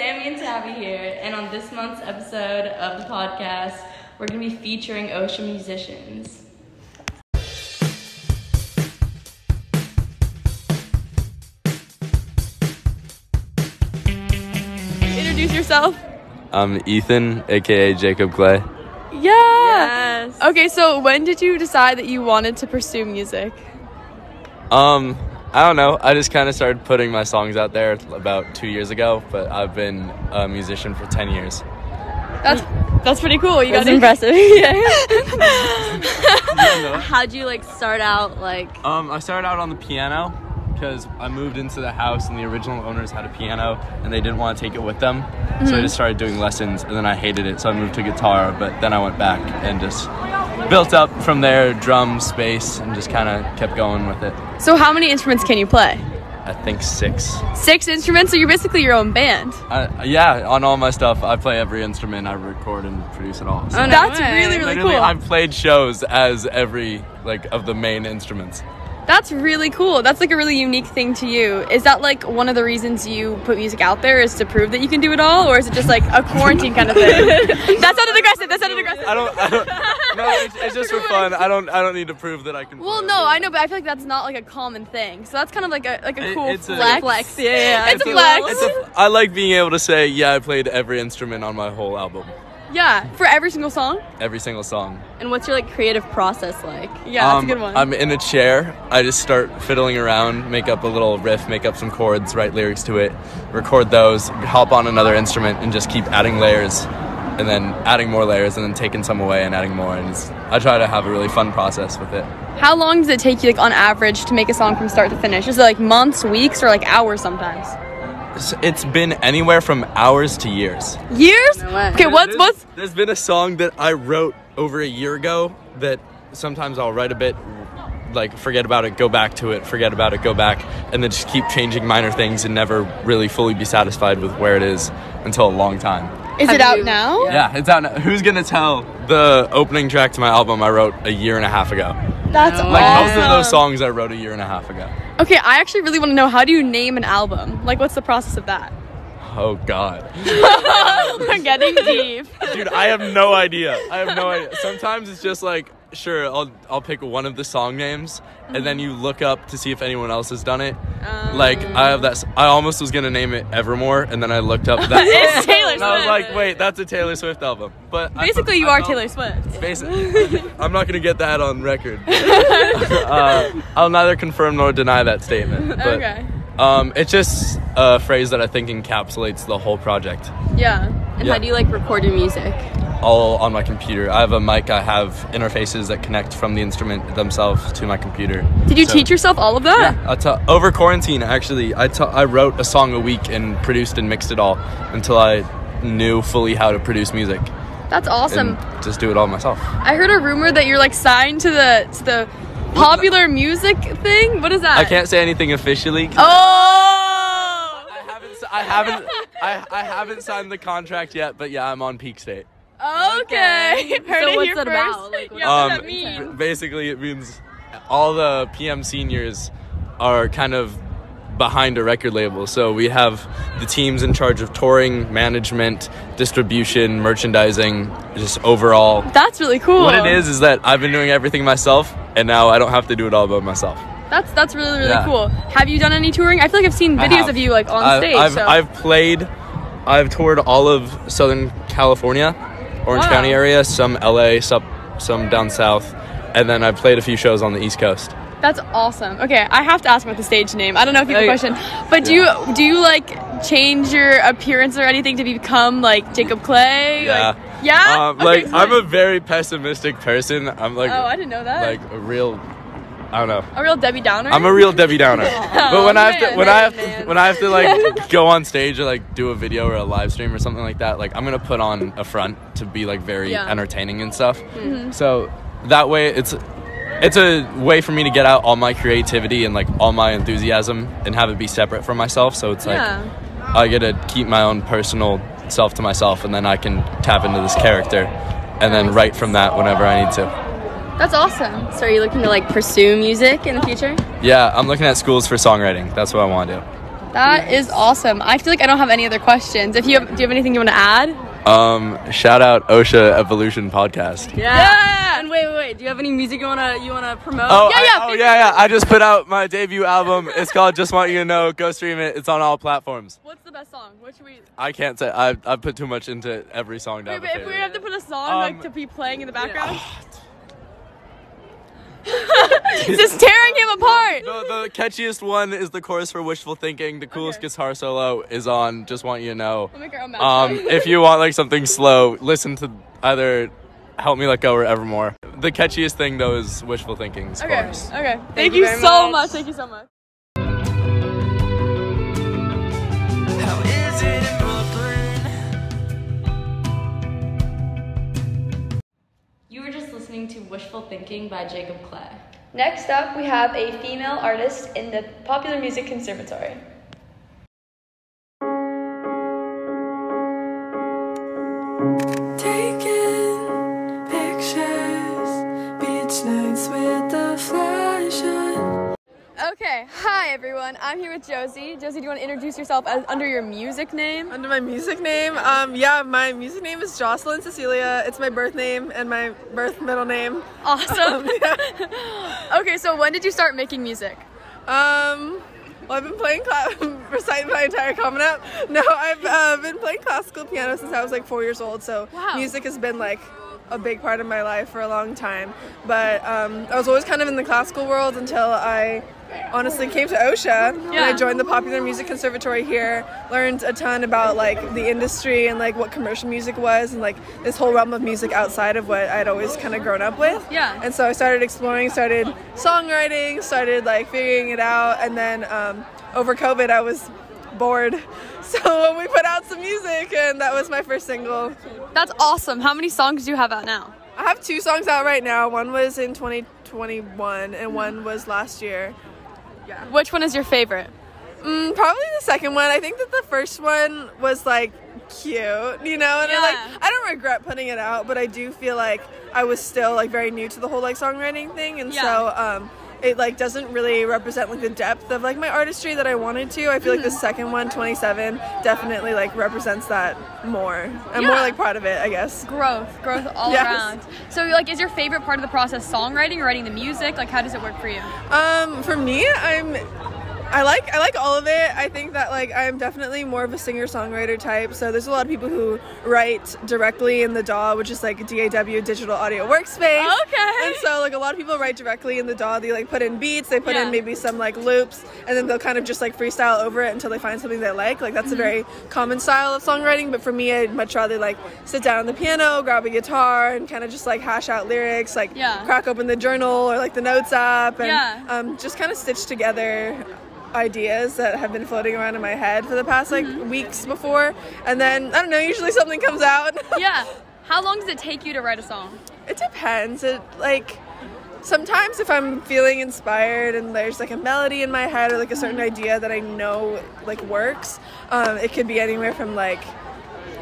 have you here. And on this month's episode of the podcast, we're going to be featuring ocean musicians. Introduce yourself. I'm Ethan, aka Jacob Clay. Yeah. Yes. Okay, so when did you decide that you wanted to pursue music? Um, I don't know. I just kind of started putting my songs out there about two years ago, but I've been a musician for 10 years. That's that's pretty cool. You got How'd you like start out? Like, Um, I started out on the piano because I moved into the house and the original owners had a piano and they didn't want to take it with them. So I just started doing lessons and then I hated it, so I moved to guitar, but then I went back and just built up from there drum, space, and just kind of kept going with it. So how many instruments can you play? I think six. Six instruments, so you're basically your own band. I, yeah, on all my stuff, I play every instrument, I record and produce it all. So Oh, no that's way. really really Literally, cool. I've played shows as every like of the main instruments. That's really cool. That's like a really unique thing to you. Is that like one of the reasons you put music out there is to prove that you can do it all, or is it just like a quarantine kind of thing? that sounded aggressive. That sounded aggressive. I don't. I don't no, it's, it's just for fun. I don't. I don't need to prove that I can. Well, no, I know, but I feel like that's not like a common thing. So that's kind of like a like a It- cool it's a- flex. Flex, yeah, yeah, It's, if a you flex. will. It's a, I like being able to say, yeah, I played every instrument on my whole album, yeah, for every single song. every single song. and what's your like creative process like? Yeah, that's Um, a good one. I'm in a chair. I just start fiddling around, make up a little riff, make up some chords, write lyrics to it, record those, hop on another instrument, and just keep adding layers, and then adding more layers, and then taking some away and adding more. And it's, I try to have a really fun process with it. How long does it take you, like on average, to make a song from start to finish? Is it like months, weeks, or like hours sometimes? It's- It's been anywhere from hours to years. Years? No way. Okay, what's There's- what's? There's been a song that I wrote over a year ago that sometimes I'll write a bit, like forget about it, go back to it, forget about it, go back, and then just keep changing minor things and never really fully be satisfied with where it is until a long time. Is Have it out you- now? Yeah, it's out. Now. Who's gonna tell the opening track to my album I wrote a year and a half ago? That's No. awesome. Like most of those songs I wrote a year and a half ago. Okay, I actually really want to know how do you name an album? Like, what's the process of that? Oh God. We're getting deep. Dude, I have no idea. I have no idea. Sometimes it's just like, sure, I'll I'll pick one of the song names, and then you look up to see if anyone else has done it. like I have that. s- I almost was gonna name it Evermore, and then I looked up that. It's Taylor And I was Swift. like, wait, that's a Taylor Swift album. But I Basically, fe- you I are felt- Taylor Swift. Basically, I'm not gonna get that on record. uh, I'll neither confirm nor deny that statement. But, Okay. Um, it's just a phrase that I think encapsulates the whole project. Yeah. And Yeah. how do you like record your music? all on my computer. I have a mic. I have interfaces that connect from the instrument themselves to my computer. Did you So- teach yourself all of that? I ta- over quarantine, actually, I ta- I wrote a song a week and produced and mixed it all until I knew fully how to produce music That's awesome. and just do it all myself. I heard a rumor that you're like signed to the to the popular music thing. What is that? I can't say anything officially. 'cause Oh. I haven't. s- I haven't. I, I haven't signed the contract yet. But yeah, I'm on peak state. Okay. Okay. Heard So it what's here it first. about? Like, yeah, um, what does that mean? Basically, it means all the PM seniors are kind of behind a record label. So we have the teams in charge of touring, management, distribution, merchandising, just overall. That's really cool. What it is is that I've been doing everything myself, and now I don't have to do it all by myself. That's that's really really Yeah. cool. Have you done any touring? I feel like I've seen I videos have. of you like on I've- stage. I've, so. I've played, I've toured all of Southern California, Orange Wow. County area, some LA, some, some down south, and then I've played a few shows on the East Coast. that's awesome. Okay, I have to ask about the stage name. I don't know if you have a Okay. question, but do you do you like change your appearance or anything to become like Jacob Clay? Yeah. Like, yeah. Um, Okay, like I'm a explain. very pessimistic person. I'm like, Oh, I didn't know that. like a real, I don't know. a real Debbie Downer. I'm a real Debbie Downer. but when I have Oh, man, to, when I have, man. when I have to like go on stage or like do a video or a live stream or something like that, like I'm gonna put on a front to be like very Yeah. entertaining and stuff. Mm-hmm. So that way, it's it's a way for me to get out all my creativity and like all my enthusiasm and have it be separate from myself. So it's like Yeah. I get to keep my own personal self to myself, and then I can tap into this character, and then write from that whenever I need to. That's awesome. So are you looking to like pursue music in the future? Yeah, I'm looking at schools for songwriting. That's what I want to do. That is awesome. I feel like I don't have any other questions. If you have, do you have anything you want to add? Um, shout out OSHA Evolution Podcast. Yeah. Yeah. And wait, wait, wait. Do you have any music you wanna you wanna promote? Oh Yeah, I, yeah, oh, big- yeah, yeah. I just put out my debut album. It's called Just Want You to Know. Go stream it. It's on all platforms. What's the best song? What should we? I can't say I I put too much into every song. Down Wait, but if we have to put a song Um, like to be playing in the background. Just tearing him apart. the, the catchiest one is the chorus for Wishful Thinking. The coolest Okay. guitar solo is on Just Want You to Know. We'll make our own match. Um, if you want like something slow, listen to either Help Me Let Go or Evermore. The catchiest thing though is Wishful Thinking, of okay. course. Okay. Thank, Thank you you, very so much. much. Thank you so much. How is it in Brooklyn? You were just listening to Wishful Thinking by Jacob Clay. Next up, we have a female artist in the Popular Music Conservatory. Taking pictures, beach nights with the flashlight. Okay. Hi everyone. I'm here with Josie. Josie, do you want to introduce yourself as under your music name? Under my music name, um, yeah, my music name is Jocelyn Cecilia. It's my birth name and my birth middle name. Awesome. Um, yeah. okay. So when did you start making music? Um, well, I've been playing, cla- reciting my entire coming up. No, I've uh, been playing classical piano since I was like four years old. So Wow. music has been like a big part of my life for a long time. But um, I was always kind of in the classical world until I honestly came to OSHA and Yeah. I joined the Popular Music Conservatory here. Learned a ton about like the industry and like what commercial music was and like this whole realm of music outside of what I'd always kind of grown up with. Yeah. And so I started exploring, started songwriting, started like figuring it out, and then um, over COVID I was bored, so we put out some music, and that was my first single. That's awesome. How many songs do you have out now? I have two songs out right now. One was in 2021, and one was last year. Which one is your favorite? Mm, probably the second one. I think that the first one was like cute, you know, and I Yeah. like I don't regret putting it out, but I do feel like I was still like very new to the whole like songwriting thing, and so um, it like doesn't really represent like the depth of like my artistry that I wanted to. I feel like the Mm-hmm. second one, 27, definitely like represents that more. I'm more Yeah. like proud of it, I guess. Growth, growth all Yes. around. So, like, is your favorite part of the process songwriting, or writing the music? Like, how does it work for you? Um, for me, I'm I like I like all of it. I think that like I'm definitely more of a singer songwriter type. So there's a lot of people who write directly in the DAW, which is like DAW Digital Audio Workspace. Okay. And so like a lot of people write directly in the DAW. They like put in beats, they put Yeah. in maybe some like loops, and then they'll kind of just like freestyle over it until they find something they like. Like Mm-hmm. that's a very common style of songwriting. But for me, I'd much rather like sit down on the piano, grab a guitar, and kind of just like hash out lyrics, like Yeah. crack open the journal or like the notes app, and Yeah. um, just kind of stitch together ideas that have been floating around in my head for the past like weeks before and then i don't know usually something comes out Yeah. How long does it take you to write a song? it depends it like sometimes if i'm feeling inspired and there's like a melody in my head or like a certain idea that i know like works um, it could be anywhere from like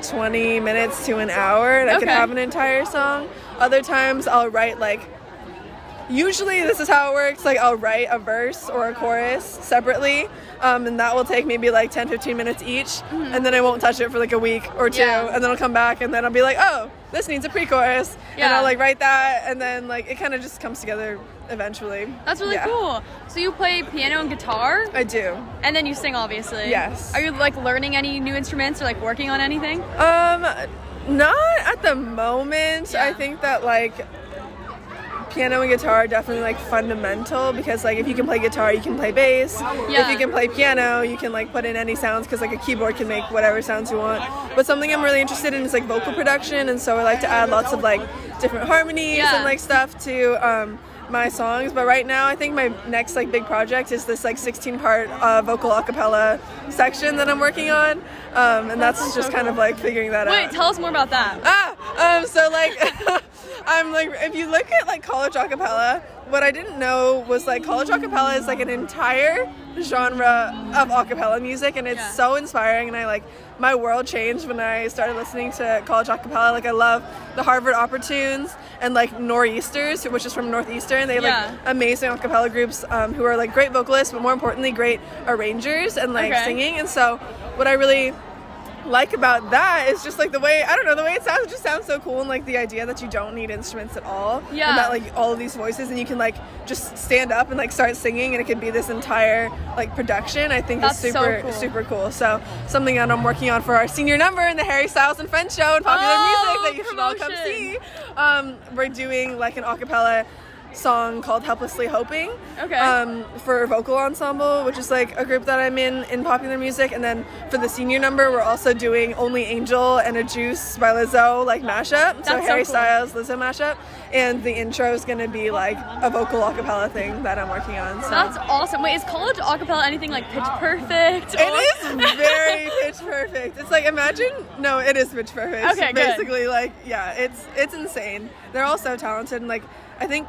20 minutes to an hour and i could Okay. have an entire song other times i'll write like usually this is how it works like i'll write a verse or a chorus separately um, and that will take maybe like 10 15 minutes each and then i won't touch it for like a week or two Mm-hmm. Yeah. and then i'll come back and then i'll be like oh this needs a pre-chorus and Yeah. I'll like write that, and then like it kind of just comes together eventually. That's really Yeah. cool. So you play piano and guitar, I do. and then you sing, obviously. Yes. Are you like learning any new instruments or like working on anything? Um, not at the moment. Yeah. I think that like piano and guitar are definitely like fundamental because like if you can play guitar, you can play bass. Yeah. If you can play piano, you can like put in any sounds because like a keyboard can make whatever sounds you want. But something I'm really interested in is like vocal production, and so I like to add lots of like different harmonies Yeah. and like stuff to um, my songs. But right now, I think my next like big project is this like 16 part uh, vocal acapella section that I'm working on, um, and that's just kind of like figuring that out. Wait, tell us more about that. Ah, Um, so like, I'm like, if you look at like college acapella, what I didn't know was like college acapella is like an entire genre of acapella music, and it's Yeah. so inspiring. And I like, my world changed when I started listening to college acapella. Like, I love the Harvard Opera tunes and like Nor'easters, which is from Northeastern. They have Yeah. like amazing acapella groups um, who are like great vocalists, but more importantly, great arrangers and like Okay. singing. And so, what I really like about that is just like the way I don't know the way it sounds. It just sounds so cool, and like the idea that you don't need instruments at all. Yeah. And that like all of these voices, and you can like just stand up and like start singing, and it could be this entire like production. I think That's so is super cool. super cool. So something that I'm working on for our senior number in the Harry Styles and Friends show and popular Oh, music that you should all come promotion. see. Um, we're doing like an acapella song called Helplessly Hoping. Okay. Um, for vocal ensemble, which is like a group that I'm in in popular music, and then for the senior number, we're also doing Only Angel and a Juice by Lizzo like mashup. so That's so Harry cool. Styles Lizzo mashup, and the intro is gonna be like a vocal acapella thing that I'm working on. So. That's awesome. Wait, is college acapella anything like pitch perfect? It is very pitch perfect. It's like imagine no, it is pitch perfect. Okay, good. basically like yeah, it's it's insane. They're all so talented and like I think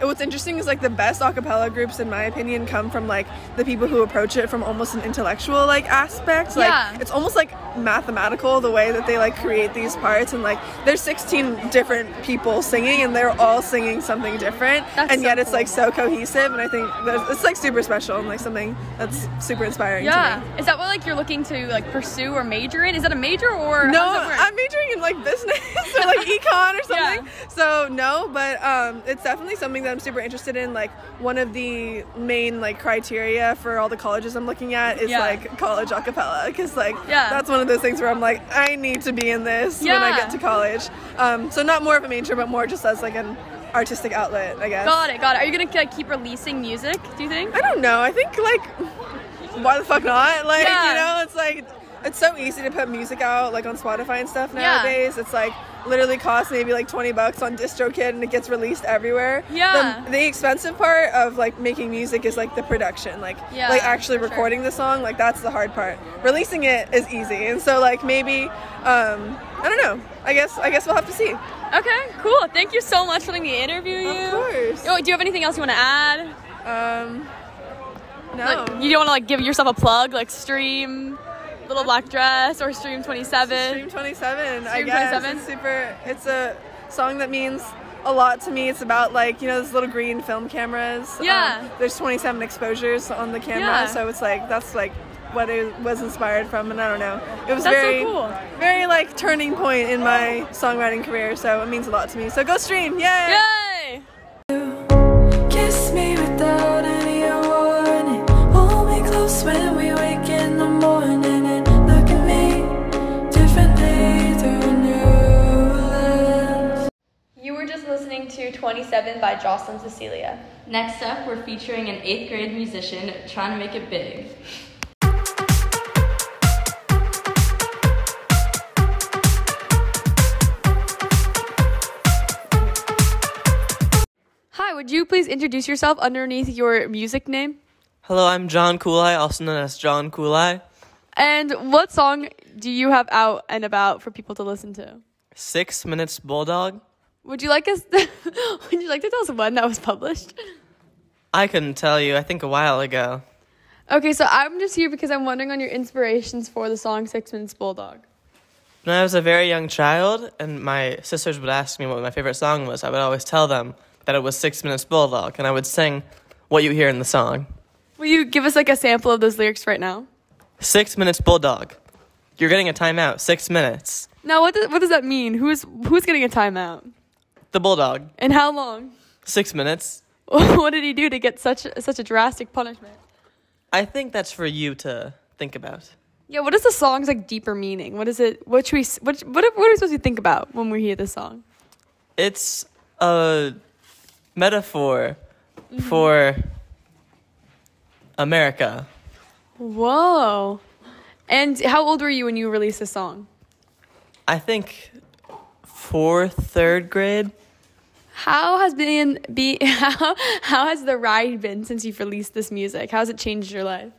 what's interesting is like the best acapella groups in my opinion come from like the people who approach it from almost an intellectual like aspect. Like Yeah. it's almost like mathematical the way that they like create these parts and like there's 16 different people singing and they're all singing something different That's and so yet it's cool. like so cohesive and I think there's, it's like super special and like something that's super inspiring to me. Yeah. Is that what like you're looking to like pursue or major in? Is that a major or No, how does that work? I'm majoring in like business or like econ or something. So no, but um, it's definitely something that I'm super interested in. Like one of the main like criteria for all the colleges I'm looking at is Yeah. like college acapella because like Yeah. that's one of those things where I'm like I need to be in this when I Yeah. get to college. Um, so not more of a major, but more just as like an artistic outlet, I guess. Got it, got it. Are you gonna like, keep releasing music? Do you think? I don't know. I think like why the fuck not? Like Yeah. you know, it's like it's so easy to put music out like on Spotify and stuff Yeah. nowadays. It's like literally costs maybe like 20 bucks on DistroKid and it gets released everywhere. Yeah. The, the expensive part of like making music is like the production, like Yeah, like actually for sure. recording the song, like that's the hard part. Releasing it is easy. And so like maybe um I don't know. I guess I guess we'll have to see. Okay, cool. Thank you so much for letting me interview you. Of course. Oh, do you have anything else you want to add? Um no. Like, you don't want to like give yourself a plug, like stream Little Black Dress or stream Twenty Stream Seven. 27. I Stream guess 27? it's super. It's a song that means a lot to me. It's about like you know those little green film cameras. Um, Yeah. there's 27 exposures on the camera, Yeah. so it's like that's like what it was inspired from, and I don't know. It was That's so very, cool. very like turning point in my songwriting career. So it means a lot to me. So go stream. Yay! Yay! Kiss me without any warning. Hold me close when we wake in the morning and look at me differently through a new lens. You were just listening to 27 by Jocelyn Cecilia. Next up, we're featuring an eighth grade musician trying to make it big. Hi, would you please introduce yourself underneath your music name? Hello, I'm John Kulai, also known as John Kulai. And what song do you have out and about for people to listen to? Six Minutes Bulldog. Would you like us? would you like to tell us when that was published? I couldn't tell you, I think a while ago. Okay, so I'm just here because I'm wondering on your inspirations for the song Six Minutes Bulldog. When I was a very young child, and my sisters would ask me what my favorite song was, I would always tell them that it was Six Minutes Bulldog, and I would sing what you hear in the song. Will you give us like a sample of those lyrics right now? Six Minutes Bulldog. You're getting a timeout, six minutes. Now, what does, what does that mean? Who's who's getting a timeout? The Bulldog, And how long? six minutes. what did he do to get such such a drastic punishment? I think that's for you to think about. Yeah, what is the song's like deeper meaning? What is it? What should we? s- What what are, what are we supposed to think about when we hear this song? it's a metaphor Mm-hmm. for America. Whoa! And how old were you when you released this song? I think fourth, third grade. How has been be how how has the ride been since you've released this music? How has it changed your life?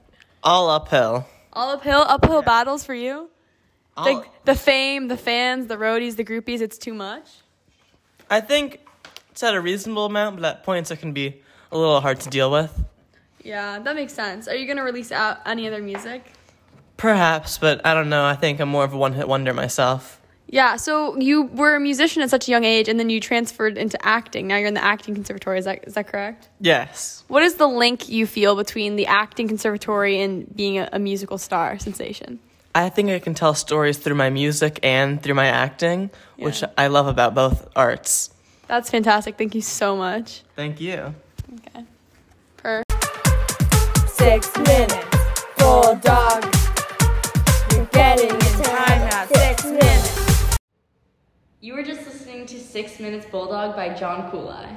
All uphill. All uphill, uphill battles for you. I'll- Like the fame, the fans, the roadies, the groupies, it's too much. I think it's at a reasonable amount, but at points it can be a little hard to deal with. Yeah, that makes sense. Are you gonna release out any other music? Perhaps, but I don't know. I think I'm more of a one hit wonder myself. Yeah, so you were a musician at such a young age and then you transferred into acting. Now you're in the acting conservatory, is that, is that correct? Yes. What is the link you feel between the acting conservatory and being a, a musical star sensation? I think I can tell stories through my music and through my acting, which Yeah. I love about both arts. That's fantastic. Thank you so much. Thank you. Okay. Per. Six minutes, full dog. You're getting in time out. Six minutes. You were just listening to Six Minutes Bulldog by John Kulai.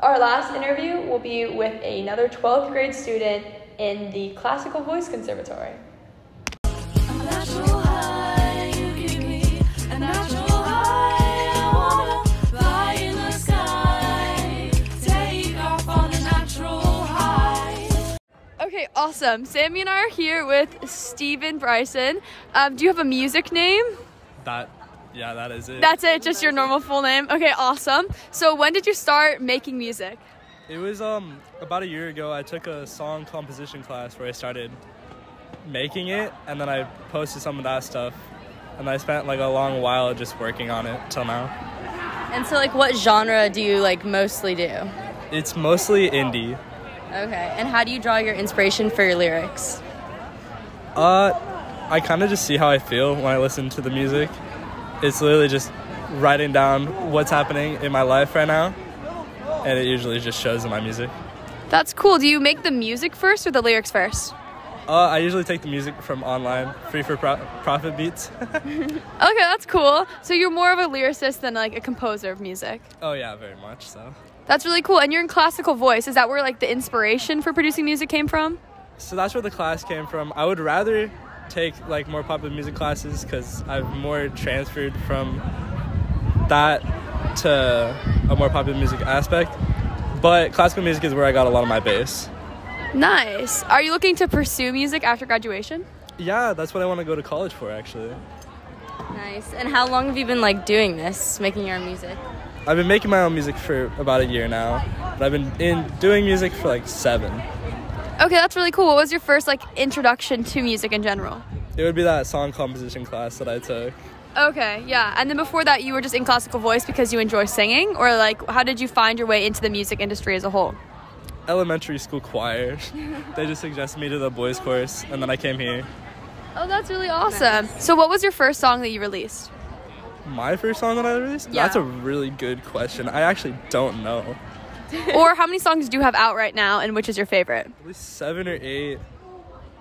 Our last interview will be with another 12th grade student in the Classical Voice Conservatory. A natural high you give me, a natural high. I wanna fly in the sky, take off on a natural high. Okay, awesome. Sammy and I are here with Steven Bryson. Um, do you have a music name? That, yeah, that is it. That's it, just your normal full name. Okay, awesome. So when did you start making music? It was um about a year ago. I took a song composition class where I started making it, and then I posted some of that stuff, and I spent like a long while just working on it till now. And so, like, what genre do you like mostly do? It's mostly indie. Okay. And how do you draw your inspiration for your lyrics? Uh, I kind of just see how I feel when I listen to the music. It's literally just writing down what's happening in my life right now, and it usually just shows in my music. That's cool. Do you make the music first or the lyrics first? Uh, I usually take the music from online, free for pro- profit beats. Okay, that's cool. So you're more of a lyricist than like a composer of music. oh yeah, very much so. That's really cool. And you're in classical voice. Is that where like the inspiration for producing music came from? So that's where the class came from. I would rather take like more popular music classes because I've more transferred from that to a more popular music aspect. But classical music is where I got a lot of my base. Nice. Are you looking to pursue music after graduation? Yeah, that's what I want to go to college for actually. Nice. And how long have you been like doing this, making your own music? I've been making my own music for about a year now, but I've been in doing music for like seven. Okay, that's really cool. What was your first like introduction to music in general? It would be that song composition class that I took. Okay, yeah. And then before that, you were just in classical voice because you enjoy singing, or like how did you find your way into the music industry as a whole? Elementary school choir. they just suggested me to the boys course, and then I came here. Oh, that's really awesome. So, what was your first song that you released? My first song that I released? Yeah. That's a really good question. I actually don't know. or how many songs do you have out right now, and which is your favorite? At least seven or eight.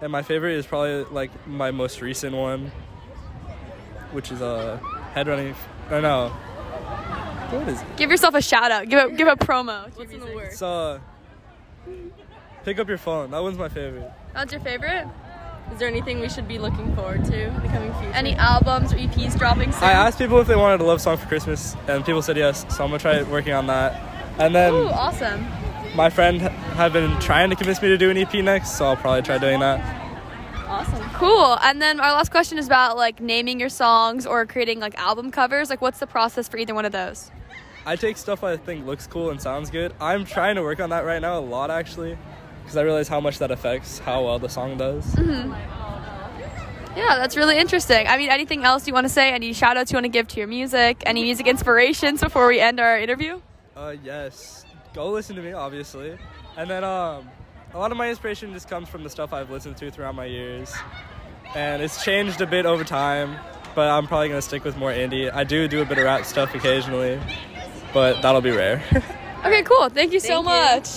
And my favorite is probably like my most recent one, which is uh, head running. Or no. What is it? Give yourself a shout out. Give a give a promo. What's in the It's uh, pick up your phone. That one's my favorite. That's your favorite? Is there anything we should be looking forward to in the coming future? Any albums or EPs dropping soon? I asked people if they wanted a love song for Christmas, and people said yes. So I'm gonna try working on that. And then Ooh, awesome. my friend have been trying to convince me to do an EP next, so I'll probably try doing that. Cool. And then our last question is about like naming your songs or creating like album covers. Like, what's the process for either one of those? I take stuff I think looks cool and sounds good. I'm trying to work on that right now a lot actually, because I realize how much that affects how well the song does. Yeah, that's really interesting. I mean, anything else you want to say? Any shout outs you want to give to your music? Any music inspirations before we end our interview? Uh, yes, go listen to me obviously, and then um, a lot of my inspiration just comes from the stuff I've listened to throughout my years, and it's changed a bit over time. But I'm probably gonna stick with more indie. I do do a bit of rap stuff occasionally, but that'll be rare. Okay, cool. Thank you so much.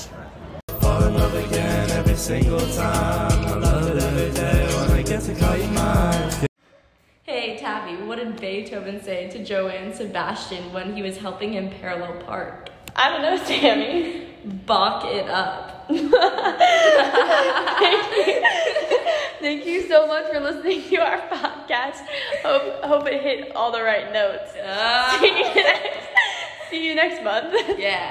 Hey, Tabby, what did Beethoven say to Joanne Sebastian when he was helping him parallel park? I don't know, Sammy. Bach it up. Thank you so much for listening to our podcast. Hope, hope it hit all the right notes. See you next- See you next month. Ah. Yeah.